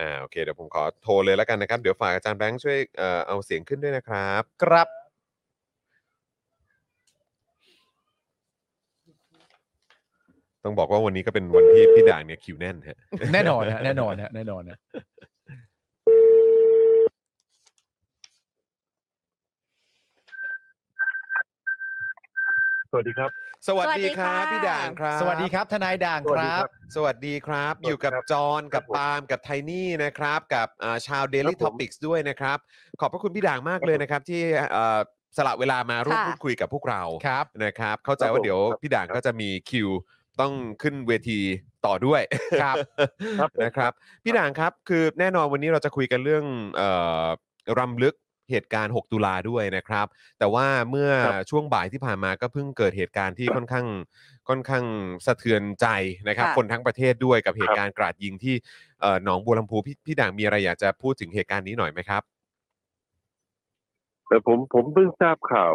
อ่าโอเคเดี๋ยวผมขอโทรเลยแล้วกันนะครับ เดี๋ยวฝากอาจารย์แบงค์ช่วยเอ่อเอาเสียงขึ้นด้วยนะครับ ครับ ต้องบอกว่าวันนี้ก็เป็นวันที่พี่ด่างเนี่ยคิวแน่นฮะ แน่นอนฮะแน่นอนฮะแน่นอนฮะ สวัสดีครับ สวัสดีค สวัสดีค่ะ รับพี่ด่างครับ สวัสดีครับทนายด่าง สวั ค สรัดีครับ บ สวัสดีครับ อยู่กับ สวัสดีครับ จอห์นกับ ครับผม ปาล์มกับไทนี่นะครับกับอ่าชาว ครั Daily บผม Topics ด้วยนะครับ ขอบพระคุณพี่ด่างมากเลยนะครับ ที่เอ่อสละเวลามาร่วมพูดคุยกับพวกเรา ครับ นะครับเข้าใจ ครับ ว่า ผม เดี๋ยว ครับ พี่ด่าง ครับ ก็จะมีคิวต้องขึ้นเวทีต่อด้วย ครับ ครับผม นะครับ พี่ด่างครับคือแน่นอนวันนี้เราจะคุยกันเรื่องเอ่อรำลึกเหตุการณ์ 6 ตุลาด้วยนะครับ แต่ว่าเมื่อ ครับ ช่วงบ่ายที่ผ่านมาก็เพิ่งเกิดเหตุการณ์ที่ค่อนข้างค่อนข้างสะเทือนใจนะครับ ค่ะ คนทั้งประเทศด้วยกับเหตุการณ์กราดยิงที่เอ่อหนองบัวลำพูพี่พี่ด่างมีอะไรอยากจะพูดถึงเหตุการณ์นี้หน่อยไหมครับ แต่ผมผมเพิ่งทราบข่าว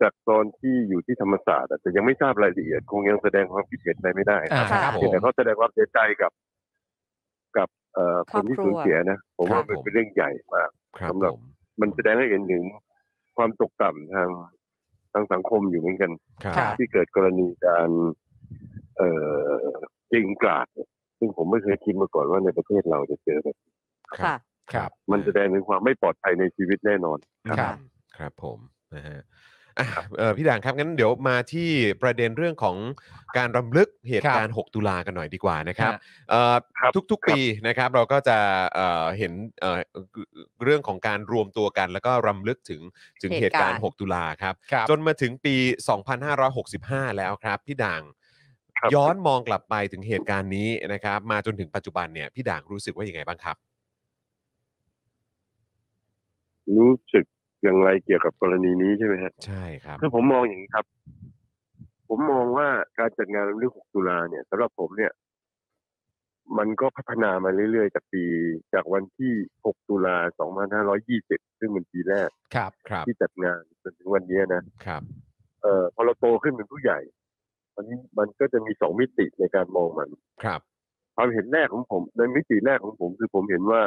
จากตอนที่อยู่ที่ธรรมศาสตร์อะแต่ยังไม่ทราบรายละเอียด คงยังแสดงความคิดเห็นอะไรไม่ได้ อ่า ค่ะ ครับผ เพียง ม แต่เขาแสดงความเสียใจกับ กับเอ่อ ค ค รอบ นที่ คสูรัวญเสียนะ ผม ครั ว่า บ มัน ผม เป็นเรื่องใหญ่มาก ครับ สำหรับ ผม มันแสดงให้เห็นถึงความตกต่ำทางทางสังคมอยู่เหมือนกัน ครับ ค่ะ ที่เกิดกรณีการ เอ่อยิงกราดซึ่งผมไม่เคยคิดมาก่อนว่าในประเทศเราจะเจอแบบ ค่ะ ครับ มันแสดงถึงความไม่ปลอดภัยในชีวิตแน่นอน ครับ ครับผมนะฮะอ่ะเอ่อพี่ด่างครับงั้นเดี๋ยวมาที่ประเด็นเรื่องของการรำลึกเหตุการณ์ 6 ตุลากันหน่อยดีกว่านะครับเอ่อ ครับ ทุกๆปีนะครับเราก็จะเอ่อเห็นเอ่อเรื่องของการรวมตัวกัน แล้วก็รำลึกถึงถึงเห เหตุ ตุกา การ รณ์ ณ์ 6 ตุลาครับ ครับ จนมาถึงปี 2565 แล้วครับ พี่ด่าง ครับ ย้อนมองกลับไปถึงเหตุการณ์นี้นะครับ มาจนถึงปัจจุบันเนี่ยพี่ด่างรู้สึกว่ายังไงบ้างครับ รู้สึกอย่างไรเกี่ยวกับกรณีนี้ใช่ไหมฮะ ใช่ครับ คือผมมองอย่างนี้ครับ ผมมองว่าการจัดงานเรื่อง6ตุลาเนี่ยสำหรับผมเนี่ย มันก็พัฒนามาเรื่อยๆจากปี จากวันที่ 6 ตุลา 2520 ซึ่งเป็นปีแรก ครับ ครับ ที่จัดงานจนถึงวันนี้นะ ครับ เอ่อพอเราโตขึ้นเป็นผู้ใหญ่อันนี้มันก็จะมีสองมิติในการมองมัน ครับ ความเห็นแรกของผมในมิติแรกของผมคือผมเห็นว่า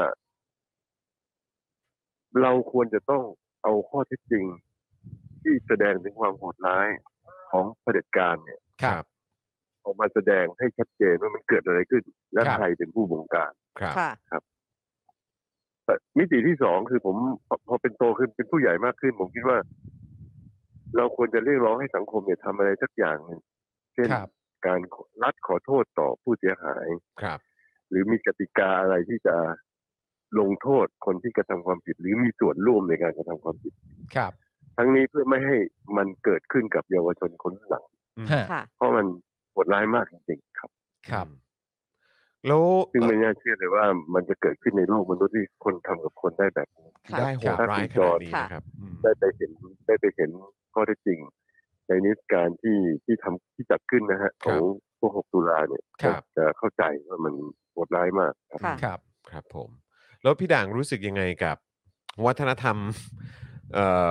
เราควรจะต้องเอาข้อเท็จจริง ที่แสดงถึงความโหดร้ายของเผด็จการเนี่ย ครับ ออกมาแสดงให้ชัดเจนว่ามันเกิดอะไรขึ้น และ ครับ ใครเป็นผู้บงการ ครับ ค่ะ แต่มิติที่สองคือผมพอพอเป็นโตขึ้นเป็นผู้ใหญ่มากขึ้น ผมคิดว่า เราควรจะเรียกร้องให้สังคมเนี่ยทำอะไรสักอย่างหนึ่งเช่น ครับ การรัฐขอโทษต่อผู้เสียหาย ครับ หรือมีกติกาอะไรที่จะลงโทษคนที่กระทำความผิด หรือมีส่วนร่วมในการกระทำความผิด ครับ ทั้งนี้เพื่อไม่ให้มันเกิดขึ้นกับเยาวชนคนรุ่นหลัง ฮะ ค่ะ เพราะมันโหดร้ายมากจริงๆครับ ครับ อืมแล้ว ซึ่งไม่น่าเชื่อเลยว่ามันจะเกิดขึ้นในโลกมนุษย์ที่คนทำกับคนได้แบบนี้ ค่ะ ได้โหดร้ายขนาดนี้นะครับอืม ได้ไปเห็นได้ไปเห็นข้อเท็จจริง ในนิทรรศการที่ที่ทำที่จัดขึ้นนะฮะของพวก 6 ตุลาเนี่ย ครับ จะเข้าใจว่ามันโหดร้ายมากครับ ค่ะ ครับ ครับผม แล้วพี่ด่างรู้สึกยังไงกับ วัฒนธรรม เอ่อ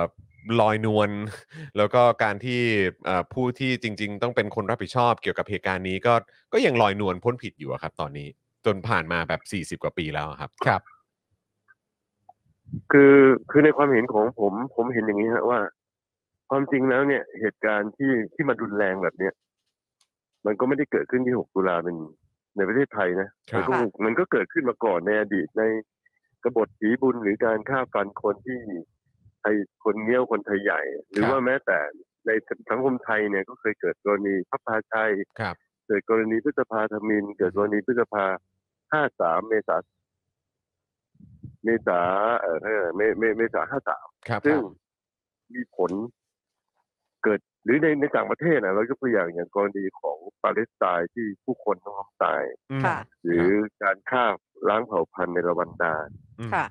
ลอยนวล แล้วก็การที่เอ่อผู้ที่จริง ๆ ต้องเป็นคนรับผิดชอบเกี่ยวกับเหตุการณ์นี้ก็ก็ยังลอยนวลพ้นผิดอยู่อะครับ ตอนนี้จนผ่านมาแบบ 40 กว่าปีแล้วอะครับ ครับ คือคือในความเห็นของผมผมเห็นอย่างนี้ฮะว่า ความจริงแล้วเนี่ย เหตุการณ์ที่ที่มารุนแรงแบบเนี้ยมันก็ไม่ได้เกิดขึ้นที่ 6 ตุลาเป็นในประเทศไทยนะ ครั มั บ ก็มันก็เกิดขึ้นมาก่อนในอดีตในกบฏสีบุญหรือการฆ่าฟันคนที่ไทยคนเงี้ยวคนไทยใหญ่ หรือ ครับ ว่าแม้แต่ในสังคมไทยเนี่ยก็เคยเกิดกรณีพระพาชัย ครับ เกิดกรณีพฤษภาธมิน เกิดกรณีพฤษภา 53 เมษาเมษาเอ่อเอ่อเมเมเมษา 53 ครับ ซึ่งมีผลเกิดหรือในในต่างประเทศนะเรายกตัวอย่างอย่างกรณีของปาเลสไตน์ที่ผู้คนต้องยอมตาย อืม ค่ะ หรือการฆ่าล้างเผ่าพันธุ์ในรวันดา อืม ค่ะ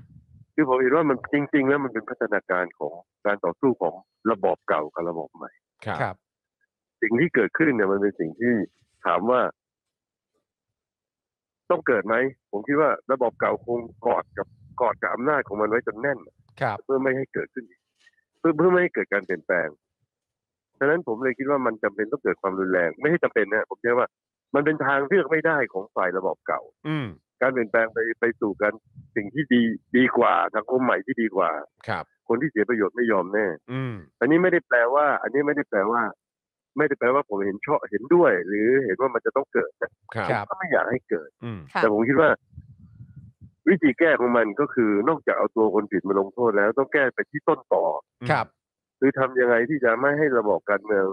คือผมเห็นว่ามันจริง ๆ แล้วมันเป็นพัฒนาการของการต่อสู้ของระบอบเก่ากับระบอบใหม่ ครับ ครับ สิ่งที่เกิดขึ้นเนี่ยมันเป็นสิ่งที่ถามว่า ต้องเกิดไหม ผมคิดว่าระบอบเก่าคงกอดกับกอดกับอำนาจของมันไว้จนแน่น ครับ เพื่อไม่ให้เกิดขึ้นอีกเพื่อเพื่อไม่ให้เกิดการเปลี่ยนแปลง ฉะนั้นผมเลยคิดว่ามันจำเป็นต้องเกิดความรุนแรง ไม่ให้จำเป็นนะผมเชื่อว่า มันเป็นทางเลือกไม่ได้ของฝ่ายระบอบเก่า อืม การเปลี่ยนแปลงไปไปสู่กันสิ่งที่ดีดีกว่าสังคมใหม่ที่ดีกว่า ครับ คนที่เสียประโยชน์ไม่ยอมแน่ อืม อันนี้ไม่ได้แปลว่า อันนี้ไม่ได้แปลว่า ไม่ได้แปลว่าผมเห็นชอบเห็นด้วย หรือเห็นว่ามันจะต้องเกิดนะครับ ครับ ก็ไม่อยากให้เกิด อืม ค่ะ แต่ผมคิดว่า วิธีแก้ของมันก็คือนอกจากเอาตัวคนผิดมาลงโทษแล้วต้องแก้ไปที่ต้นต่อ ครับ คือทำยังไงที่จะไม่ให้ระบอบการเมือง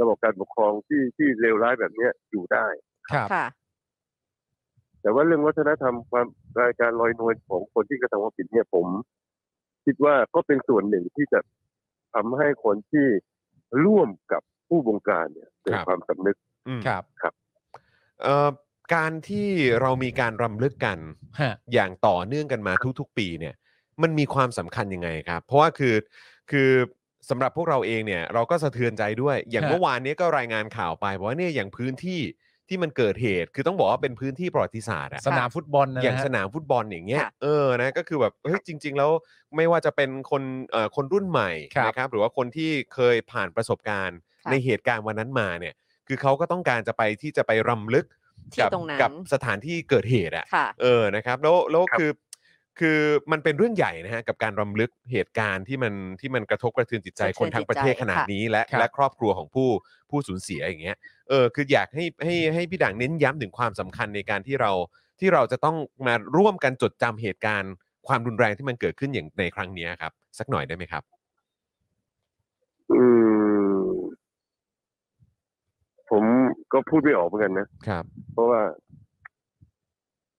ระบบการปกครองที่ที่เลวร้ายแบบเนี้ยอยู่ได้ ครับ ค่ะ แต่ว่าเรื่องวัฒนธรรมความรายการลอยนวลของคนที่กระทำความผิดเนี่ยผม คิดว่าก็เป็นส่วนหนึ่งที่จะทำให้คนที่ร่วมกับผู้บงการเนี่ยเกิด ครับ ความสำนึก อืม ครับ เอ่อการที่เรามีการรำลึกกัน ฮะ อย่างต่อเนื่องกันมาทุกๆ ปีเนี่ย มันมีความสำคัญยังไงครับ เพราะว่าคือคือสำหรับพวกเราเองเนี่ยเราก็สะเทือนใจด้วย อย่าง ฮะ เมื่อวานเนี้ก็รายงานข่าวไปบอกว่าเนี่ยอย่างพื้นที่ที่มันเกิดเหตุ คือต้องบอกว่าเป็นพื้นที่ประวัติศาสตร์อะ สนามฟุตบอลนะ อย่าง ฮะ สนามฟุตบอลอย่างเงี้ย ค่ะ เออนะก็คือแบบเฮ้ยจริง ๆ แล้วไม่ว่าจะเป็นคนเอ่อคนรุ่นใหม่ ครับ นะครับ หรือว่าคนที่เคยผ่านประสบการณ์ ค่ะ ในเหตุการณ์วันนั้นมาเนี่ย คือเขาก็ต้องการจะไปที่จะไปรำลึก ที่ กั ตรงนั้น กับสถานที่เกิดเหตุอะ ค่ะ เออ นะครับ แล้ว แล้ว ครับ คือ คือ มันเป็นเรื่องใหญ่นะฮะ กับการรำลึกเหตุการณ์ที่มัน ที่มันกระทบกระเทือนจิตใจ กระคนเทือน ทั้งประเทศ จิตใจ ขนาด ค่ะ นี้ และ ครับ และครอบครัวของผู้ ผู้สูญเสียอย่างเงี้ย เออ คืออยากให้ ให้ ให้พี่ด่างเน้นย้ำถึงความสำคัญในการที่เรา ที่เราจะต้องมาร่วมกันจดจำเหตุการณ์ ความรุนแรงที่มันเกิดขึ้นอย่างในครั้งเนี้ยครับ สักหน่อยได้ไหมครับ อืม ผมก็พูดไม่ออกเหมือนกันนะ ครับ เพราะว่า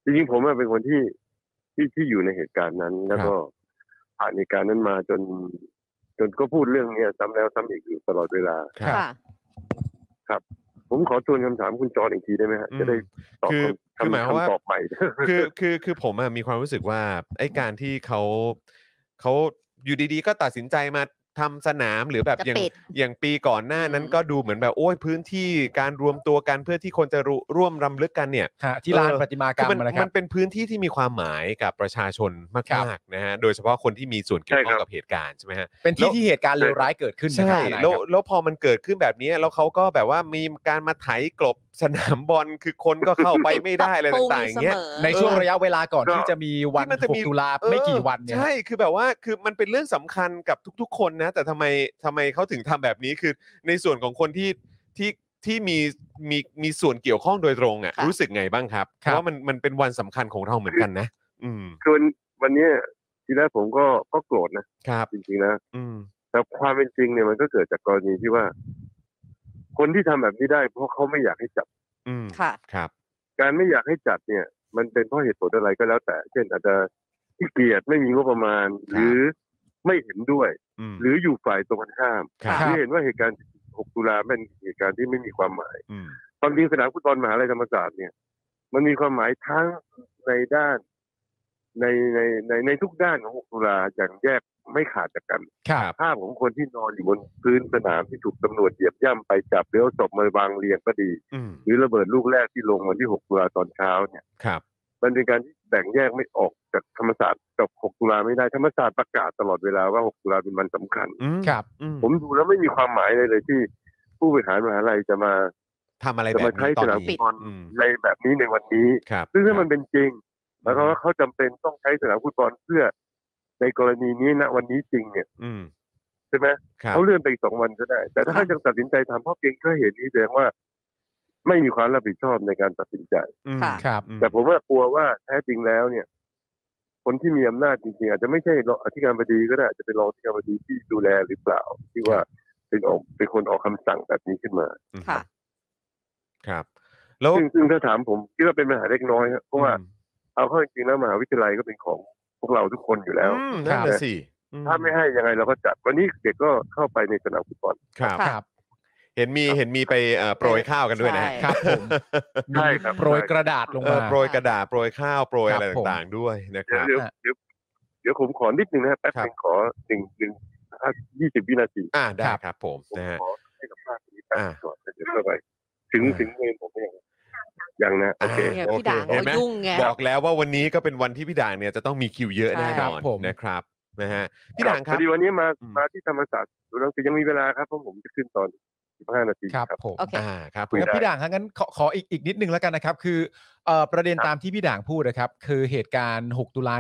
จริงๆผมอะเป็นคนที่ที่ที่อยู่ในเหตุการณ์นั้น แล้วก็ผ่านเหตุการณ์นั้นมาจน จนก็พูดเรื่องเนี้ยซ้ำแล้วซ้ำอีกอยู่ตลอดเวลา ครับ ค่ะ ผมขอทวนคำถามคุณจรออีกทีได้ไหมฮะ อืม จะได้ตอบ คือ คำ คือหมายความว่า คำต อบใหม่ คือคือคือผมอะมีความรู้สึกว่าไอ้การที่เขาเขาอยู่ดีๆ ก็ตัดสินใจมาทำสนามหรือแบบ จะ อย่าง ปิด อย่างปีก่อนหน้านั้น อืม ก็ดูเหมือนแบบโอ้ยพื้นที่การรวมตัวกันเพื่อที่คนจะรู้ร่วมรำลึกกันเนี่ย ฮะที่ลาน เออ ประติมากรร มั มนะค มั รับ นเป็นพื้นที่ที่มีความหมายกับประชาชน ครั มา บ กๆนะฮะโดยเฉพาะคนที่มีส่วนเกี่ยวข้อ ใช่ครั ง บ กับเหตุการณ์ใช่ไหมฮะ เป็น แล้วที่ที่เหตุการณ์เลวร้ายเกิดขึ้นนะ ใช่ ครับทนาย แล้ว ครับ แล้วพอมันเกิดขึ้นแบบนี้แล้วเขาก็แบบว่ามีการมาไถกลบสนามบอลคือคนก็เข้าไปไม่ได้อะไรต่างๆอย่างเงี้ย ปรับปรุสมอ ในช่วงระยะเวลาก่อน ก็ ที่จะมีวัน ที่มันจะมี 6ตุลาไม่กี่วันเนี่ย ใช่คือแบบว่าคือมันเป็นเรื่องสำคัญกับทุกๆ คนนะ แต่ทำไมทำไมเขาถึงทำแบบนี้คือในส่วนของคนที่ที่ที่มีมีมีส่วนเกี่ยวข้องโดยตรง ค่ะ อะ่ะรู้สึกไงบ้างครับเพ ครับ ราะว่ามันมันเป็นวันสำคัญของเราเหมือนกันนะ อืม คือวันวันเนี้ยทีแรกผมก็ก็โกรธนะครับ จริงๆนะ อืม แต่ความเป็นจริงเนี่ยมันก็เกิดจากกรณีที่ว่า คนที่ทำแบบนี้ได้ เพราะเขาไม่อยากให้จับ อืม ค่ะ ครับ การไม่อยากให้จัดเนี่ย มันเป็นเพราะเหตุผลอะไรก็แล้ว แต่ เช่นอาจจะขี้เกียจไม่มีงบประมาณ หรือไม่เห็นด้วย อืม หรืออยู่ฝ่ายตรงกันข้าม ครับ หค่ะรือเห็นว่าเหตุการณ์ 6 ตุลาเป็นเหตุการณ์ที่ไม่มีความหมาย อืม ความจริงสนามฟุตบอลมหาลัยธรรมศาสตร์เนี่ย มันมีความหมายทั้งในด้านในในในในทุกด้านของ 6 ตุลาอย่างแยกไม่ขาดจากกัน ครับ ภาพของคนที่นอนอยู่บนพื้นสนามที่ถูกตำรวจเหยียบย่ำไปจับแล้วศพมาวางเรียงก็ดี อืม หรือระเบิดลูกแรกที่ลงวันที่ 6 ตุลาตอนเช้าเนี่ย ครับ มันเป็นการที่แบ่งแยกไม่ออกจากธรรมศาสตร์กับ 6 ตุลาไม่ได้ธรรมศาสตร์ประกาศตลอดเวลาว่า 6 ตุลาเป็นวันสำคัญ อืม ครับ อืม ผมดูแล้วไม่มีความหมายเลยเลยที่ผู้บริหารมหาลัยจะมา ทำอะไรแบ จะ บ มาใช้ นี้ตอ ส น นามฟุ นี้ ตบอล อืม ในแบบนี้ในวันนี้ ครับ ซึ่งถ้ามันเป็นจริงหมายความว่าเขาจำเป็นต้องใช้สนามฟุตบอลเพื่อ ในกรณีนี้ณวันนี้จริงเนี่ย อืม ใช่ไหม ครับ เขาเลื่อนไปอีกสองวันก็ได้ แต่ถ้า ครั เขา บ ยังตัดสินใจทำเพราะเพียงแค่เหตุนี้แสดงว่า ไม่มีความรับผิดชอบในการตัดสินใจ อืม ค่ะ ครับ อื แต่ผมว่ากลัวว่าแท้จริงแล้วเนี่ย คนที่มีอำนาจจริงๆอาจจะไม่ใช่รองอธิการบดีก็ได้อาจจะเป็นรองอธิการบดีที่ดูแลหรือเปล่า ที่ว่าเป็นออกเป็นคนออกคำสั่งแบบนี้ขึ้นมา อืม ค่ะ ครับ แล้ว ซึ่งซึ่งถ้าถามผมคิดว่าเป็นปัญหาเล็กน้อยครับเพราะว่า อืม เอาเข้าจริงๆแล้วมหาวิทยาลัยก็เป็นของพวกเราทุกคนอยู่แล้ว อืมนั่นแหละสิอื ถ้าไม่ให้ยังไงเราก็จัดวันนี้เด็กก็เข้าไปในสนามฟุตบอล ครับ ค่ะ ครับ เห็นมีเห็นมีไปเอ่อโปรยข้าวกันด้วยนะฮะ ใช่ ครับผม ใช่ครับ มีโปรยกระดาษลง เอ มา อโปรยกระดาษโปรยข้าวโปรย ครับ อะไร ผม ต่างๆด้วยนะค เดี๋ยว รับฮะเดี๋ยวเดี๋ยวเดี๋ยวผมขอนิดนึงนะครับแป๊บ ครับ นึงขอหนึ่งหนึ่งยี่สิบวินาที อ่าได้ครับผม ผม นะฮะ ขอให้สัมภาษณ์ตรงนี้แป๊บ อ่า ก่อนแล้วเดี๋ยวเข้าไป ถึงถึงเมนผมยังยังนะโอเค เนี่ย โอ พี่ เค ด่าง เห็ เขา นไหม ยุ่งไง บอกแล้วว่าวันนี้ก็เป็นวันที่พี่ด่างเนี่ยจะต้องมีคิวเยอะ ใช่ แน่นอน ครับผม นะครับนะฮะพี่ด่างครั พ บ อดีวันนี้มา อืม มาที่ธรรมศาสตร์ดูรังสิตยังมีเวลาครับเพราะผมจะขึ้นตอน 15 นาที ครับ ครับ ผม โอเค อ่าครับผ คุ มคยได้ รับพี่ด่างครับงั้นขอขออีกอีกนิดนึงแล้วกันนะครับ คือเอ่อประเด็นตามที่พี่ด่างพูดนะครับ คือเหตุการณ์ 6 ตุลา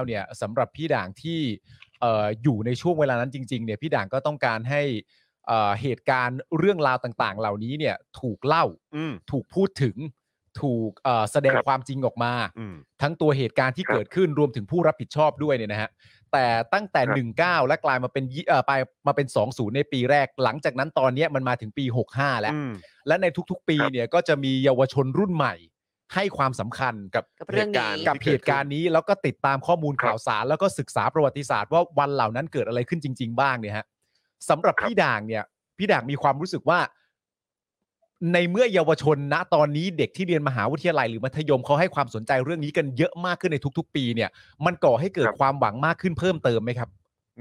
19 เนี่ยสำหรับพี่ด่างที่เอ่ออยู่ในช่วงเวลานั้นจริงๆเนี่ยพี่ด่างก็ต้องการให้เอ่อเหตุการณ์เรื่องราวต่างๆ เหล่านี้เนี่ยถูกเล่า อืม ถูกพูดถึง ถูกเอ่อแสดง ครับ ความจริงออกมา อืม ทั้งตัวเหตุการณ์ที่ ครับ เกิดขึ้นรวมถึงผู้รับผิดชอบด้วยเนี่ยนะฮะแต่ตั้งแต่ ครับ 19 และกลายมาเป็นยี่เอ่อไปมาเป็น 20 ในปีแรก หลังจากนั้นตอนเนี้ยมันมาถึงปี 65 แล้ว อืม และในทุกๆ ปี ครับ เนี่ยก็จะมีเยาวชนรุ่นใหม่ ให้ความสำคัญกับ กับเรื่องนี้ กับเหตุการณ์นี้แล้วก็ติดตามข้อมูล ครับ ข่าวสาร แล้วก็ศึกษาประวัติศาสตร์ว่าวันเหล่านั้นเกิดอะไรขึ้นจริง ๆ บ้างเนี่ยฮะสำหรับ ครับ พี่ด่างเนี่ย พี่ด่างมีความรู้สึกว่า ในเมื่อเยาวชนณตอนนี้เด็กที่เรียนมหาวิทยาลัยหรือมัธยมเขาให้ความสนใจเรื่องนี้กันเยอะมากขึ้นในทุก ๆ ปีเนี่ย มันก่อให้เกิดความหวังมากขึ้นเพิ่มเติมไหมครับ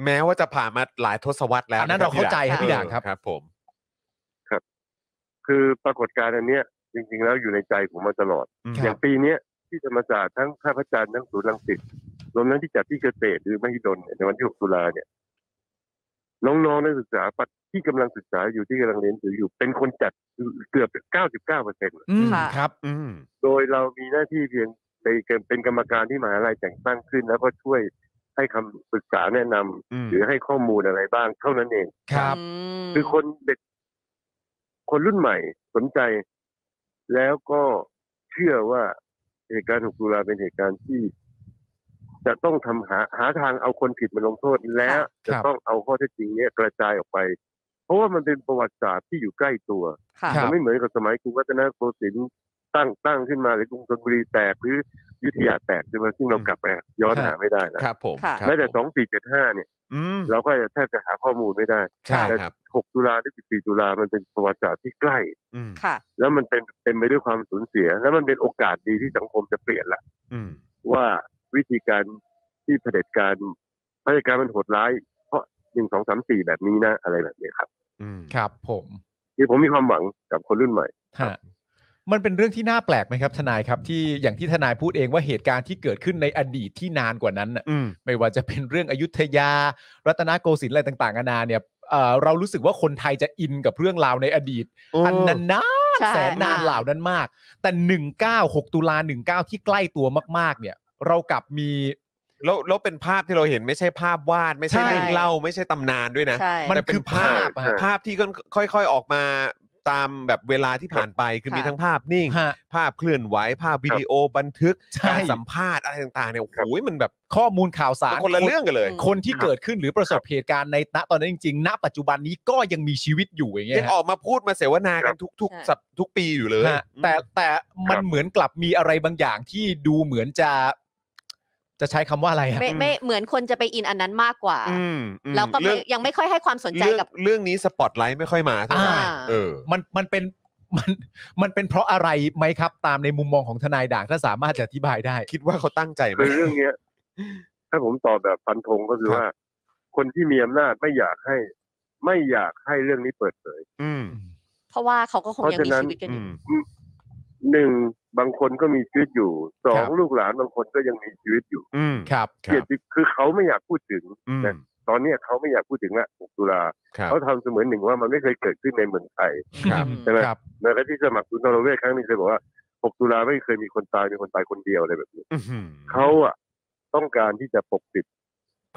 แม้ว่าจะผ่านมาหลายทศวรรษแล้ว อันนั้นะ คบ เราเข้าใจครับพี่ด่างครับ เออครับ ผม คือปรากฏการณ์อันเนี้ยจริง ๆ แล้วอยู่ในใจผมมาตลอด อืม อย่างปีเนี้ยที่ธรรมศาสตร์ทั้งท่าพระจันทร์ทั้งศูนย์รังสิตรวมทั้งที่จัดที่เกษตรหรือมหิดลเนี่ยในวันที่ 6 ตุลาเนี่ย น้องๆนักศึกษาปัจจุบันที่กำลังศึกษาอยู่ที่กำลังเรียนหรืออยู่ เป็นคนจัดเกือบ 99เปอร์เซ็นต์ อืม ค่ะ ครับ อืม โดยเรามีหน้าที่เพียงไปเป็นกรรมการที่มหาลัยแต่งตั้งขึ้น แล้วก็ช่วยให้คำปรึกษาแนะนำ อืม หรือให้ข้อมูลอะไรบ้างเท่านั้นเอง ครับ อืม คือคนเด็ก คนรุ่นใหม่สนใจ แล้วก็เชื่อว่าเหตุการณ์ 6 ตุลาเป็นเหตุการณ์ที่ จะต้องทำหาหาทางเอาคนผิดมาลงโทษและจะ ครับ ต้องเอาข้อเท็จจริงเนี้ยกระจายออกไป เพราะว่ามันเป็นประวัติศาสตร์ที่อยู่ใกล้ตัว ค่ะ ครั มั บ นไม่เหมือนกับสมัยกรุงรัตนโกสินทร์ตั้งตั้งขึ้นมาหรือกรุงธนบุรีแตกหรืออยุธยาแตกใช่ไหมซึ่งเรากลับไปย้อนหาไม่ได้นะครับ ผม ค่ะ ครับ แม้แต่ ผ สองสี่เจ็ดห้าเนี่ย อืม เราก็จะแทบจะหาข้อมูลไม่ได้ ใช่ครับ 6 ตุลาถึง14 ตุลา มันเป็นประวัติศาสตร์ที่ใกล้ อืม ค่ะ แล้วมันเป็นเต็มไปด้วยความสูญเสีย และมันเป็นโอกาสดีที่สังคมจะเปลี่ยนละ อืม ว่าวิธีการที่เผด็จการเผด็จการมันโหดร้าย เพราะหนึ่งสองสามสี่แบบนี้นะ อะไรแบบนี้ครับ อืม ครับผม ที่ผมมีความหวังกับคนรุ่นใหม่ ฮะมันเป็นเรื่องที่น่าแปลกไหมครับ ทนายครับที่อย่างที่ทนายพูดเองว่าเหตุการณ์ที่เกิดขึ้นในอดีตที่นานกว่านั้นน่ะ อืม ไม่ว่าจะเป็นเรื่องอยุธยา รัตนโกสินทร์อะไรต่างๆนานาเนี่ยเอ่อเรารู้สึกว่าคนไทยจะอินกับเรื่องราวในอดีตอันนั้นนาน ใช่ แสนนาน ค่ะ เหล่านั้นมาก แต่ 196 ตุลา 19 ที่ใกล้ตัวมาก ๆ เนี่ย เรากลับมี แล้วแล้วเป็นภาพที่เราเห็นไม่ใช่ภาพวาดไม่ใช่ ใช่ เรื่องเล่าไม่ใช่ตำนานด้วยนะ ใช่ มัน แต่เป็ คื น อภาพอะ ภาพ ภาพที่ก็ค่อยๆออกมาตามแบบเวลาที่ผ่านไปคือ ค่ะ มีทั้งภาพนิ่ง ฮะ ภาพเคลื่อนไหวภาพวิดีโอบันทึก ใช่ การสัมภาษณ์อะไรต่างๆเนี่ยโอ้โหมันแบบ ข้อมูลข่าวสาร คนละเรื่องกันเลย อืม คนที่เกิดขึ้นหรือประสบเหตุการณ์ในณตอนนั้นจริงๆ ณ ปัจจุบันนี้ก็ยังมีชีวิตอยู่อย่างเงี้ ยั ย ง ฮะ ออกมาพูดมาเสวนากันทุก ใช่ ๆสัปทุกปีอยู่เลย ฮะแต่แต่มันเหมือนกลับมีอะไรบางอย่างที่ดูเหมือนจะ จะใช้คำว่าอะไรฮะ ไม่ไม่เหมือนคนจะไปอินอันนั้นมากกว่า อืมอืม แล้วก็ไม่ เรื่อง ยังไม่ค่อยให้ความสนใจ เรื่อง กับ เรื่องนี้สปอตไลท์ไม่ค่อยมาเท่าไหร่ อ่า เออ มันมันเป็นมันมันเป็นเพราะอะไรไหมครับ ตามในมุมมองของทนายด่างถ้าสามารถจะอธิบายได้ คิดว่าเขาตั้งใจไหม คือเรื่องเนี้ย ถ้าผมตอบแบบฟันธงก็คือ ครับ ว่า คนที่มีอำนาจไม่อยากให้ ไม่อยากให้เรื่องนี้เปิดเผย อืม เพราะว่าเขาก็คงยังมีชีวิตกันอ อื ยู่ ม หนึ่งบางคนก็มีชีวิตอยู่สคอง รับ ลูกหลานบางคนก็ยังมีชีวิตอยู่ อืม ครับ ครั เกีย บ รติคือเขาไม่อยากพูดถึง อืม ตอนเนี้ยเขาไม่อยากพูดถึงละ6ตุลา ครับ เขาทำเสมือนหนึ่งว่ามันไม่เคยเกิดขึ้นในเมืองไทย ครับ ใช่ไหม ครับ ในรัฐที่สมัครคุณนรเวศครั้งหนึงเคยบอกว่า 6 ตุลาไม่เคยมีคนตายมีคนตายคนเดียวอะไรแบบนี้ อื้อหือ เขาอะต้องการที่จะปกปิด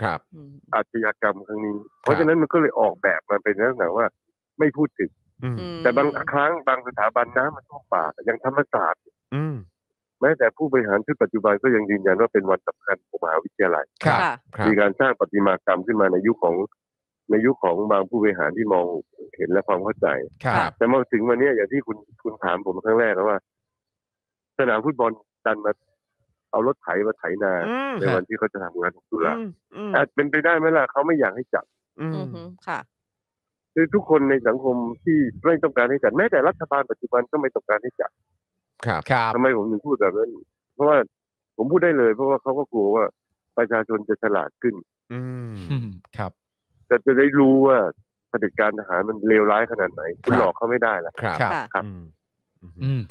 ครับ อืม อาชญากรรมครั้งนี้ เพราะฉะนั้นมันก็เลยออกแบบมาเป็นลักษณะว่า ไม่พูดถึง อืม แต่บางครั้งบางสถาบันน้ำมันท่วมปากอย่างธรรมศาสตร์ อืม แม้แต่ผู้บริหารชุดปัจจุบันก็ยังยืนยันว่าเป็นวันสำคัญของมหาวิทยาลัย ครับ ค่ะ ครับ มีการสร้างประติมากรรมขึ้นมาในยุคของในยุคของบางผู้บริหารที่มองเห็นและความเข้าใจ ครับ แต่มาถึงวันเนี้ยอย่างที่คุณคุณถามผมครั้งแรกนะว่า สนามฟุตบอลดันมาเอารถไถมาไถนา อืม ในวันที่เขาจะทำงานของตุลา อืมอืม อาจเป็นไปได้ไหมล่ะเขาไม่อยากให้จับ อื อื ม อฮึค่ะ คือทุกคนในสังคมที่ไม่ต้องการให้จับแม้แต่รัฐบาลปัจจุบันก็ไม่ต้องการให้จับ ครับ ครับ ทำไมผมถึงพูดแบบนั้นเพราะว่าผมพูดได้เลย เพราะว่าเขาก็กลัวว่าประชาชนจะฉลาดขึ้น อืม อืมครับ จะจะได้รู้ว่าเผด็จการทหารมันเลวร้ายขนาดไหนคุณ ครับ หลอกเขาไม่ได้ละ ครับ ครับ ค่ะ ครับ อืมอืม อืม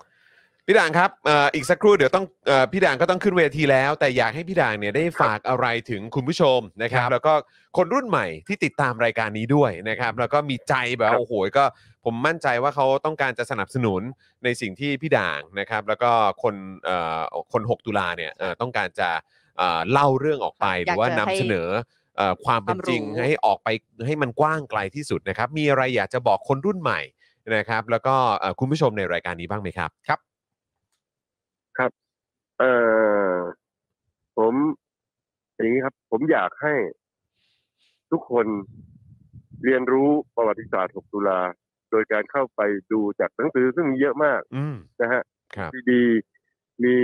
พี่ด่างครับเอ่ออีกสักครู่เดี๋ยวต้องเอ่อพี่ด่างก็ต้องขึ้นเวทีแล้ว แต่อยากให้พี่ด่างเนี่ยได้ฝากอะไรถึงคุณผู้ชมนะครับ แล้วก็คนรุ่นใหม่ที่ติดตามรายการนี้ด้วยนะครับ แล้วก็มีใจแบบ ครับ โอ้โหก็ ผมมั่นใจว่าเขาต้องการจะสนับสนุนในสิ่งที่พี่ด่างนะครับ แล้วก็คนเอ่อคน 6 ตุลาเนี่ยเอ่อต้องการจะเอ่อเล่าเรื่องออกไปห อรืยากอว่า จะ นำเสนอเอ่อความเป็นจริง ความรู้ ให้ออกไปให้มันกว้างไกลที่สุดนะครับ มีอะไรอยากจะบอกคนรุ่นใหม่นะครับ แล้วก็เอ่อคุณผู้ชมในรายการนี้บ้างไหมครับ เออผมอย่างนี้ครับ ผมอยากให้ทุกคนเรียนรู้ประวัติศาสตร์ 6 ตุลา โดยการเข้าไปดูจากหนังสือซึ่งมีเยอะมาก อืม นะฮะ ครับ ดีดีๆมี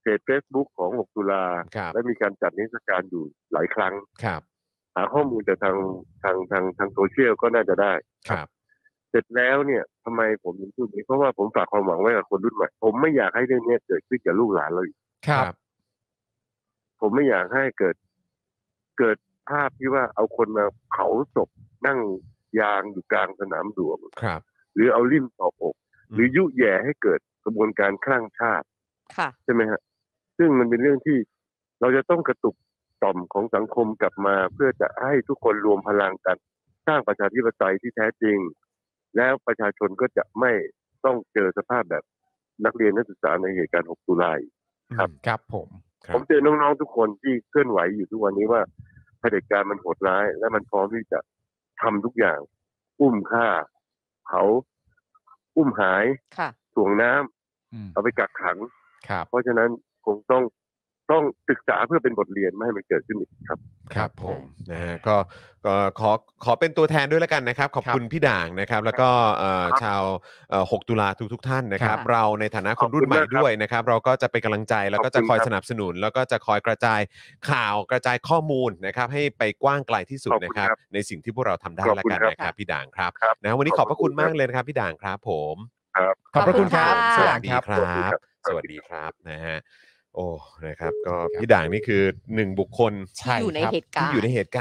เพจ Facebook ของ 6 ตุลา ครับ และมีการจัดนิทรรศการอยู่หลายครั้ง ครับ หาข้อมูลจากทางทางทางทางโซเชียลก็น่าจะได้ ครับ เสร็จแล้วเนี่ยทำไมผมถึงพูดอย่างนี้เพราะว่าผมฝากความหวังไว้กับคนรุ่นใหม่ ผมไม่อยากให้เรื่องเนี้ยเกิดขึ้นกับลูกหลานเราอีก ครับ ผมไม่อยากให้เกิดเกิดภาพที่ว่าเอาคนมาเผาศพนั่งยางอยู่กลางสนามหลวง ครับ หรือเอาลิ่มตอบอก อืม หรือยุแย่ให้เกิดกระบวนการคลั่งชาติ ค่ะ ใช่ไหมฮะ ซึ่งมันเป็นเรื่องที่เราจะต้องกระตุกต่อมของสังคมกลับมา เพื่อจะให้ทุกคนรวมพลังกัน สร้างประชาธิปไตยที่แท้จริง แล้วประชาชนก็จะไม่ต้องเจอสภาพแบบนักเรียนนักศึกษาในเหตุการณ์ 6 ตุลาอีก ครับ ครับผม ครั ผ บ มเจอน้องๆทุกคนที่เคลื่อนไหวอยู่ทุกวันนี้ว่าเผด็จการมันโหดร้าย และมันพร้อมที่จะทำทุกอย่าง อุ้มฆ่าเผาอุ้มหาย ค่ะ ถ่วงน้ำ อืม เอาไปกักขัง ครับ เพราะฉะนั้นคงต้องต้องศึกษาเพื่อเป็นบทเรียนไม่ให้มันเกิดขึ้นอีกครับ ครับผมนะฮะก็ก็ขอขอเป็นตัวแทนด้วยแล้วกันนะครับ ขอบคุณพี่ด่างนะครับ แล้วก็เอ่อชาวเอ่อ6ตุลาทุกทุกๆท่านนะครับ ครับ เราในฐานะคนรุ่นใหม่ด้วยนะครับ เราก็จะเป็นกำลังใจแล้วก็จะคอยสนับสนุน แล้วก็จะคอยกระจายข่าวกระจายข้อมูลนะครับ ให้ไปกว้างไกลที่สุด ขอบคุณ นะครับ ครับ ในสิ่งที่พวกเราทำได้ ขอบ แล้ว คุณ กันนะครับครับ พี่ด่างครับ ครับ นะวันนี้ขอบพระคุณ ขอบคุณครั มากบเลยนะครับ พี่ด่างครับผม ขอบพระคุณครับ ขอบคุณค่ะ ส พี่ วัสดีคด่างครับรับ ส สวั วัส สดี ดีค ครั รับบ นะฮะโอ้นะครับ ก็พี่ด่างนี่คือหนึ่งบุคคล ที่อยู่ใน ใช่ครับ เหตุการ ที่ ณ์ อยู่ในเหตุการณ์